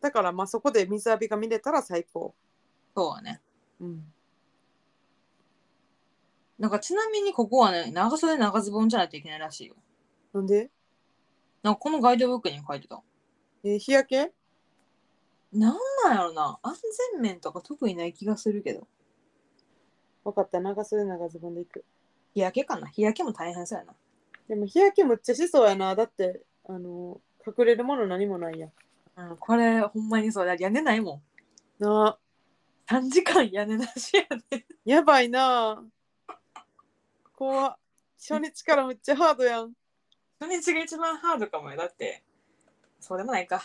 だからまあそこで水浴びが見れたら最高そうはね。うんなんかちなみにここはね、長袖長ズボンじゃないといけないらしいよ。なんで、なんかこのガイドブックに書いてた。えー日焼けなんなんやろな安全面とか特にない気がするけど。分かった長袖長ズボンで行く日焼けかな日焼けも大変そうやな。でも日焼けむっちゃしそうやなだってあの隠れるもの何もないやんうん、これほんまにそうだ。屋根ないもん。なあ3時間屋根なしやね。やばいなあ怖っ初日からむっちゃハードやん 初日が一番ハードかもよ。だって、そうでもないか。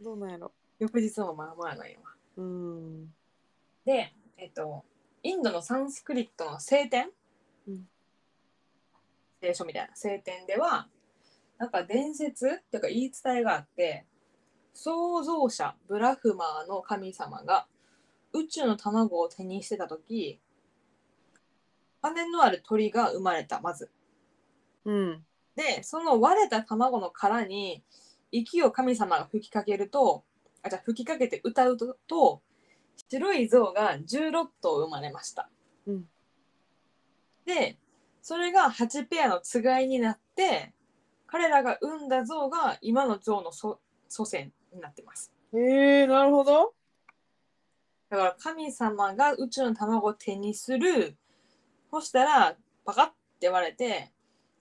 どうなんやろ翌日もまあまあないわ。うんで、えっと、インドのサンスクリットの聖典、うん聖書みたいな聖典ではなんか伝説っていうか言い伝えがあって創造者ブラフマーの神様が宇宙の卵を手にしてた時羽のある鳥が生まれたまずうんでその割れた卵の殻に息を神様が吹きかけるとあじゃあ吹きかけて歌うとと白い像が16頭生まれました、うんでそれが8ペアのつがいになって彼らが生んだ像が今の像の祖祖先になってますへえなるほど。だから神様が宇宙の卵を手にするそしたらパカッて割れて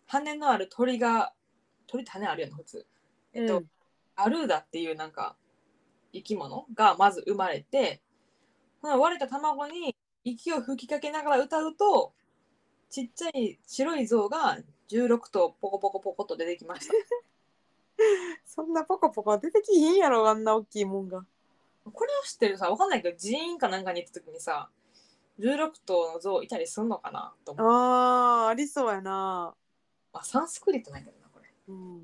羽のある鳥が鳥って羽あるよね普通えっと、アルーダっていうなんか生き物がまず生まれてその割れた卵に息を吹きかけながら歌うとちっちゃい白い像が16頭ポコポコポコと出てきましたそんなポコポコ出てきひんやろあんな大きいもんが。これを知ってるさわかんないけど寺院かなんかに行った時にさ16頭の像いたりすんのかなと思うあーありそうやな。あサンスクリットないけどなこれうん。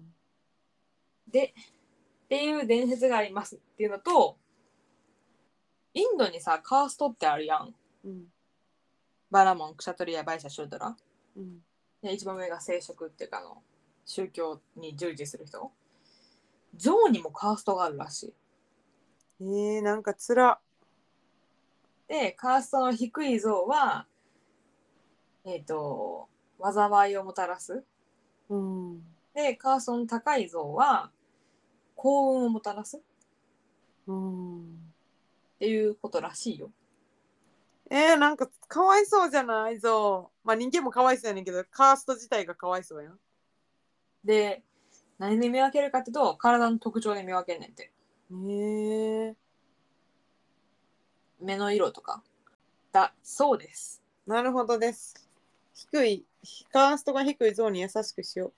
でっていう伝説がありますっていうのとインドにさカーストってあるやんうん。バラモンクシャトリアバイシャシュドラうん。で一番上が聖職っていうかあの宗教に従事する人象にもカーストがあるらしいえー、なんかつら。でカーストの低い像はえっ、と災いをもたらすうん。でカーストの高い像は幸運をもたらすっうん。ていうことらしいよえー、なんかかわいそうじゃないぞ。まあ人間もかわいそうやねんけど、カースト自体がかわいそうやん。で何で見分けるかっていうと体の特徴で見分けんねんってえー、目の色とかだそうですなるほどです。低い、カーストが低いゾーンに優しくしよ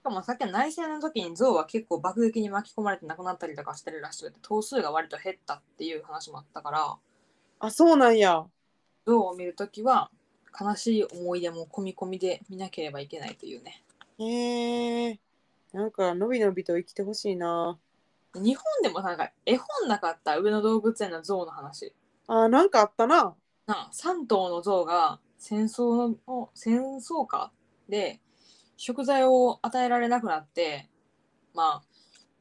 しかもさっきの内戦の時に象は結構爆撃に巻き込まれて亡くなったりとかしてるらしくて頭数が割と減ったっていう話もあったからう。あ、そうなんや。象を見る時は悲しい思い出も込み込みで見なければいけないというねへえ。なんかのびのびと生きてほしいな。日本でもなんか絵本なかった上野動物園の象の話あ、なんかあったな。なあ3頭の象が戦争の戦争下で食材を与えられなくなってまあ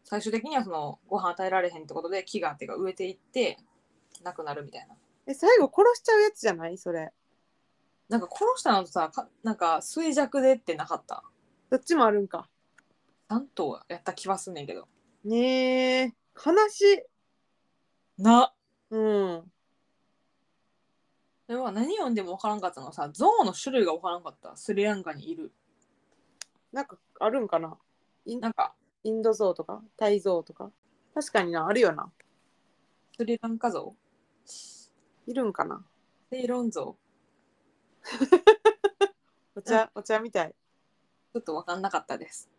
最終的にはそのご飯与えられへんってことで木がっていうか植えていってなくなるみたいな。え、最後殺しちゃうやつじゃないそれ。なんかこの人のさかなんか衰弱でってなかったどっちもあるんか。なんとやった気はすんねんけどねえ、悲しい。なうん。でも何読んでも分からんかったのはさ象の種類が分からんかったスリランカにいるなんかあるんかな。インなんかインドゾウとか、タイゾウとか。確かにな、あるよな。スリランカ像いるんかな。セイロン像お茶、お茶みたい。ちょっと分かんなかったです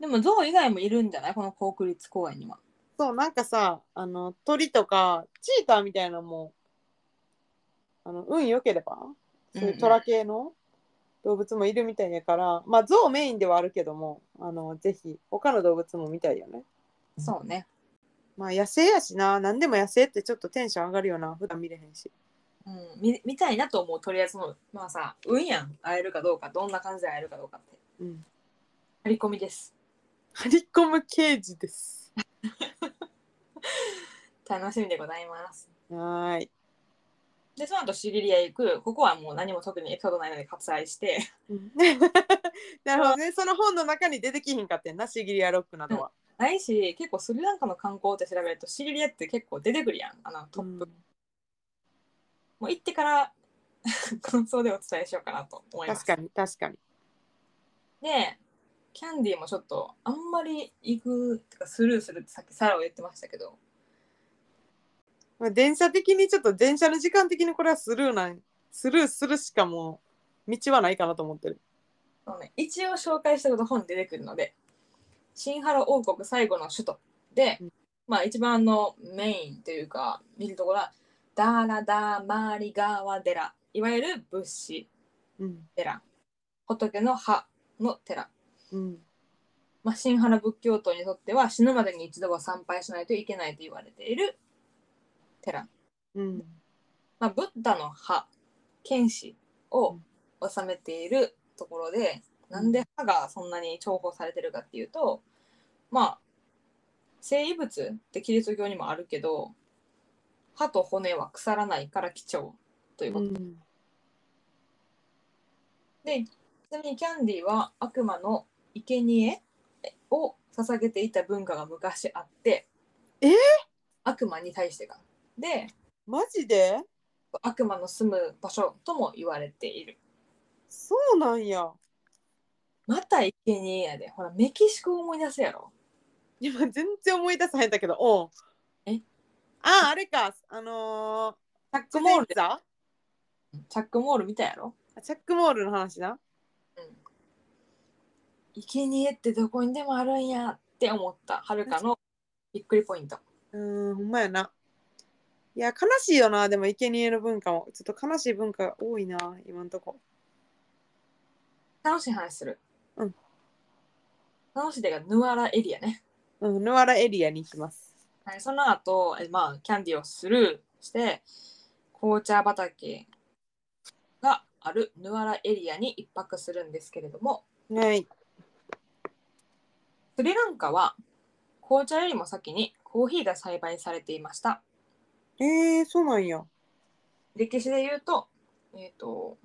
でも象以外もいるんじゃないこの国立公園にはそう、なんかさ、あの、鳥とか、チーターみたいなのも、あの、運良ければ、そういうトラ系の動物もいるみたいやから、まあ、ゾウメインではあるけども、あの、ぜひ、他の動物も見たいよね。そうねまあ、野生やしな、何でも野生ってちょっとテンション上がるよな、普段見れへんし。うん、見見たいなと思うとりあえずのまあさ運やん会えるかどうかどんな感じで会えるかどうかってうん。張り込みです張り込む刑事です。楽しみでございますはーい。 でその後シギリアへ行くここはもう何も特にエピソードないので割愛して なるほどね、その本の中に出てきひんかってんな、シギリアロックなどは。ないし結構スリランカの観光って調べるとシギリアって結構出てくるやんあのトップ、もう行ってから 感想でお伝えしようかなと思います確かに、確かに。でキャンディーもちょっとあんまり行くてかスルーするってさっきサラを言ってましたけどまあ、電車的にちょっと電車の時間的にこれはスルーなんスルーするしかもう道はないかなと思ってるあのね、一応紹介したこと本に出てくるので「シンハロ王国最後の首都で」うんまあ一番のメインというか見るところはダーラダーマーリガーワ寺いわゆる仏師うん寺仏の葉の寺、うんまあ、シンハラ仏教徒にとっては死ぬまでに一度は参拝しないといけないと言われている寺うんまあ、ブッダの歯剣士を収めているところで、うんなんで歯がそんなに重宝されてるかっていうとまあ生遺物ってキリスト教にもあるけど歯と骨は腐らないから貴重といううこと、んでちなみにキャンディは悪魔の生贄を捧げていた文化が昔あってえー悪魔に対してがでマジで悪魔の住む場所とも言われているそうなんやまたいけにえやで。ほら、メキシコ思い出すやろ。今全然思い出さへんだけどおうえあああれかあのチャッー、クモールでチ。ャチャックモール見たやろ。ックモールの話ないけにえってどこにでもあるんやって思った。はるかのびっくりポイント。うんほんまやないや悲しいよなでも生贄の文化もちょっと悲しい文化多いな今んとこ楽しい話する。うん。楽しいでがヌアラエリアね。うんヌアラエリアに行きますはい、その後、えまあ、キャンディーをスルーして、紅茶畑があるヌアラエリアに一泊するんですけれども、はいスリランカは紅茶よりも先にコーヒーが栽培されていました。えー、そうなんや歴史で言うと、えっ、と、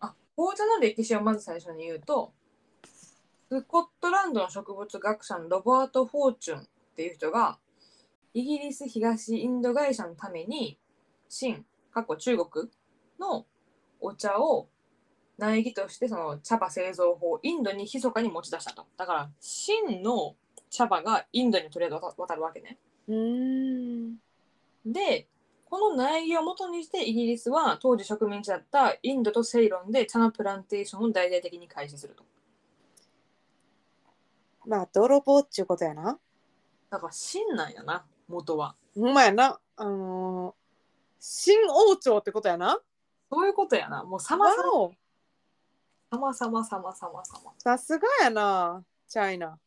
あ、紅茶の歴史をまず最初に言うと、スコットランドの植物学者のロバート・フォーチュンっていう人が、イギリス東インド会社のために、清、過去中国のお茶を苗木としてその茶葉製造法をインドに密かに持ち出したと。だから、清の茶葉がインドにとりあえず渡るわけね。うーんでこの苗木を元にしてイギリスは当時植民地だったインドとセイロンで茶のプランテーションを大々的に開始するとまあ泥棒っちゅうことやな。だから真なんやな元はほんまやな。あのー新王朝ってことやな。そういうことやなもうわ様々お様々様々様さすがやな。チャイナ。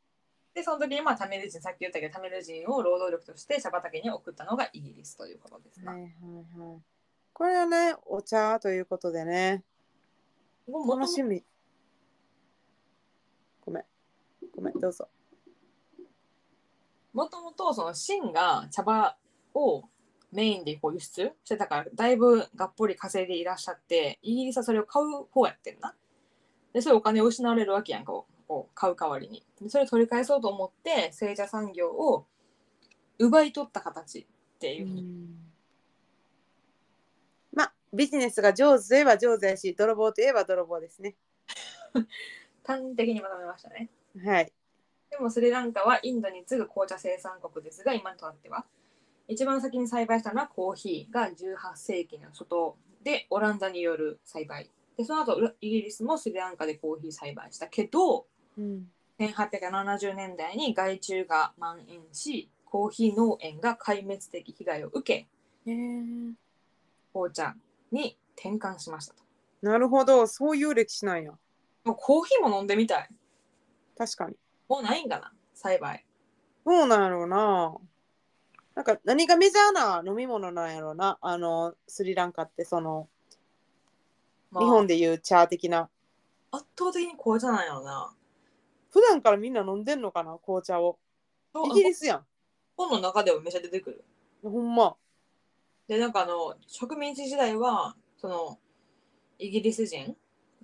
でその時にまあタメル人さっき言ったけどタメル人を労働力として茶畑に送ったのがイギリスということですはないはいはい。これはね、お茶ということでね。もう楽元し々み。ごめん。ごめん、どうぞ。もともとその清が茶葉をメインでこう輸出してたからだいぶがっぽり稼いでいらっしゃってイギリスはそれを買う方やってんな。でそういうお金を失われるわけやんかをこう買う代わりにでそれを取り返そうと思って製茶産業を奪い取った形っていうふうにまあビジネスが上手といえば上手やし泥棒といえば泥棒ですね端的にまとめましたね。はいでもスリランカはインドに次ぐ紅茶生産国ですが今となっては一番先に栽培したのはコーヒーが18世紀の初頭でオランダによる栽培でその後うイギリスもスリランカでコーヒー栽培したけどうん1870年代に害虫が蔓延しコーヒー農園が壊滅的被害を受け紅茶に転換しましたとなるほどそういう歴史なんやもうコーヒーも飲んでみたい確かにもうないんかな栽培そうなんやろうななんか何がメジャーな飲み物なんやろうなあのスリランカってそのまあ日本でいうチャー的な圧倒的に紅茶なんやろな普段からみんな飲んでんのかな紅茶をイギリスやん本の中ではめっちゃ出てくるほんまでなんかあの植民地時代はそのイギリス人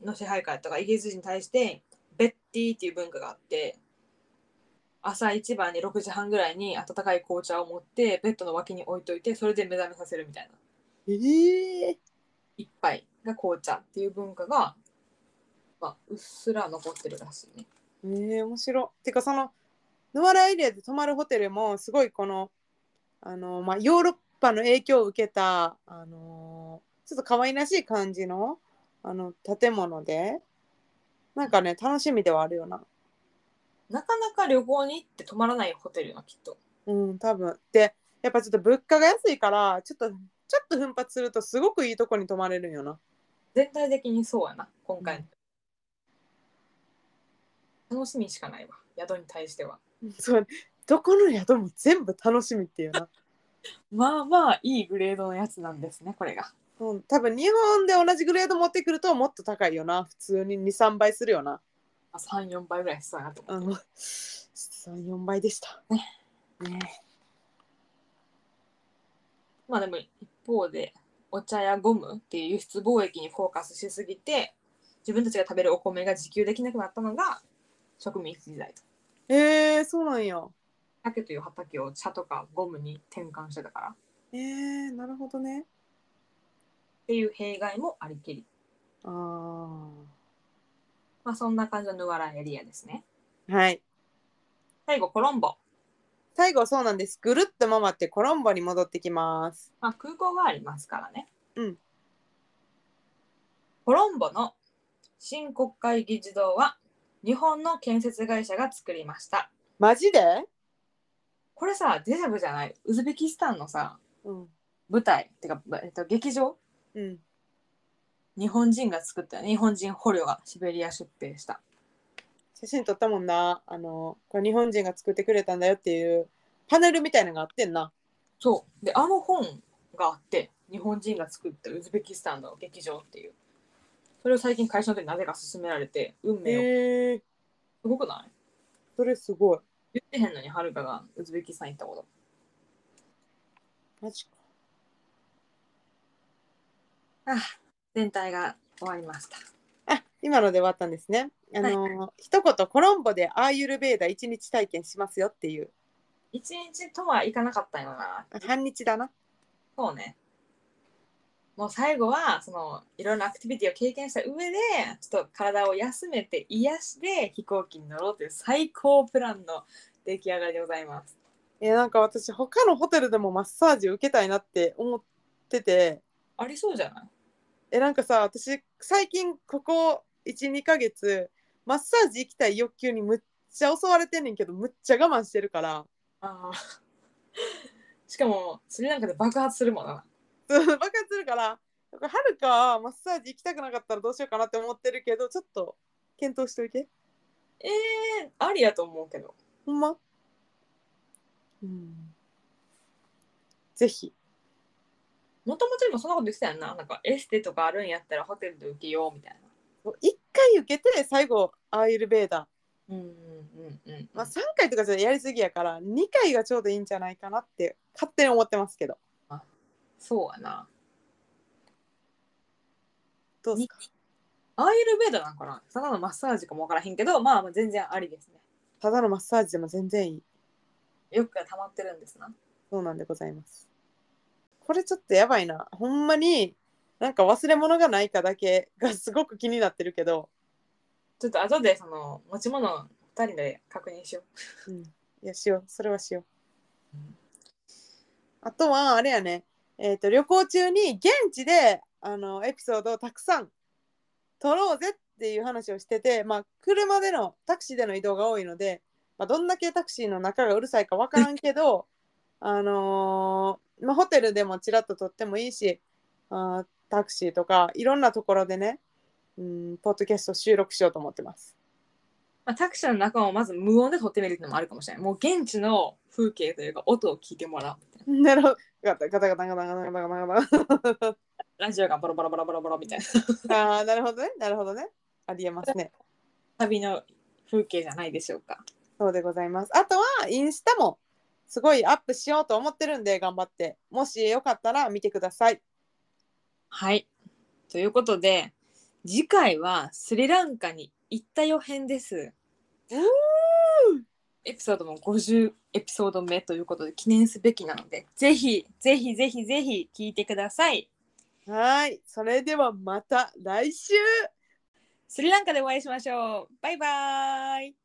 の支配下とかイギリス人に対してベッティーっていう文化があって朝一番に6時半ぐらいに温かい紅茶を持ってベッドの脇に置いといてそれで目覚めさせるみたいなええ一杯が紅茶っていう文化が、まあ、うっすら残ってるらしいね。えー、面白い。てかそのノアラエリアで泊まるホテルもすごいこのあの、まあ、ヨーロッパの影響を受けた、あのーちょっと可愛らしい感じのあの建物でなんかね楽しみではあるよな。なかなか旅行に行って泊まらないホテルよなきっと。うん多分でやっぱちょっと物価が安いからちょっとちょっと奮発するとすごくいいとこに泊まれるんよな。 全体的にそうやな今回の、楽しみしかないわ宿に対してはそうどこの宿も全部楽しみっていうな。まあまあいいグレードのやつなんですねこれが うん、多分日本で同じグレード持ってくるともっと高いよな普通に23倍するよな34倍ぐらいしそうやなと思あっての34倍でしたねまあでも一方でお茶やゴムっていう輸出貿易にフォーカスしすぎて自分たちが食べるお米が自給できなくなったのが植民地時代とえー、そうなんや竹という畑を茶とかゴムに転換してたからっえー、なるほどねていう弊害もありきりあーまあそんな感じのヌワラエリアですねはい最後コロンボ最後そうなんですぐるっと回ってコロンボに戻ってきますまあ、空港がありますからね。うん。コロンボの新国会議事堂は日本の建設会社が作りました。マジで、これさ、デジャブじゃない。ウズベキスタンのさ、うん舞台ってか、えっと、劇場うん、日本人が作ったよね。日本人捕虜がシベリア出兵した。写真撮ったもんなあのこれ日本人が作ってくれたんだよっていうパネルみたいなのがあってんなそう。で、あの本があって、日本人が作ったウズベキスタンの劇場っていう。それを最近会社の時になぜか勧められて、運命を。すえー、ごくないそれすごい言ってへんのに、はるかがウズベキスタン行ったこと。マジか全体が終わりました。あ今ので終わったんですね。あのー一言コロンボでアーユルベーダ一日体験しますよっていう一日とはいかなかったよな。あ半日だな。そうね。もう最後はそのいろんなアクティビティを経験した上でちょっと体を休めて癒して飛行機に乗ろうという最高プランの出来上がりでございます。いやなんか私他のホテルでもマッサージ受けたいなって思っててありそうじゃないえなんかさ私最近ここ12ヶ月マッサージ行きたい欲求にむっちゃ襲われてんねんけどむっちゃ我慢してるからああ。 しかもスリランカで爆発するもんな。そう爆発するからだからはるかはマッサージ行きたくなかったらどうしようかなって思ってるけどちょっと検討しておいてええありやと思うけど。ほんまうんぜひもともとでもそんなこと言ってたやんな。なんかエステとかあるんやったらホテルで受けようみたいもう一回受けて最後アーユルベーダ、な。うんうんうんうん。まあ、3回とかじゃやりすぎやから2回がちょうどいいんじゃないかなって勝手に思ってますけどそうやな。どうですかアーユルベーダなんかなただのマッサージかもわからへんけど、まあまあ全然ありですね。ただのマッサージでも全然いいよくが溜まってるんですな。そうなんでございますこれちょっとやばいなほんまになんか忘れ物がないかだけがすごく気になってるけど、ちょっと後でその持ち物2人で確認しようん、いやしようそれはしよううんあとはあれやねえっ、と旅行中に現地であのエピソードをたくさん撮ろうぜっていう話をしててまあ車でのタクシーでの移動が多いので、まあ、どんだけタクシーの中がうるさいか分からんけどあのーまあ、ホテルでもちらっと撮ってもいいしあータクシーとかいろんなところでねうんポッドキャスト収録しようと思ってます。 う。まあ、タクシーの中をまず無音で撮ってみるっていうのもあるかもしれない。もう現地の風景というか音を聞いてもらうみたいな。なるほど。ガタガタガタガタガタガタガタガタガタ。ラジオがボロボロボロボロボロみたいな。ああ、なるほどね。なるほどね。ありえますね。旅の風景じゃないでしょうか。そうでございます。あとは、インスタもすごいアップしようと思ってるんで、頑張って。もしよかったら見てください。はい。ということで、次回はスリランカに行った予編ですうー。エピソードも50エピソード目ということで記念すべきなので、ぜひ、ぜひ、ぜひ、ぜひ聞いてください。はーい。それではまた来週スリランカでお会いしましょう。バイバーイ。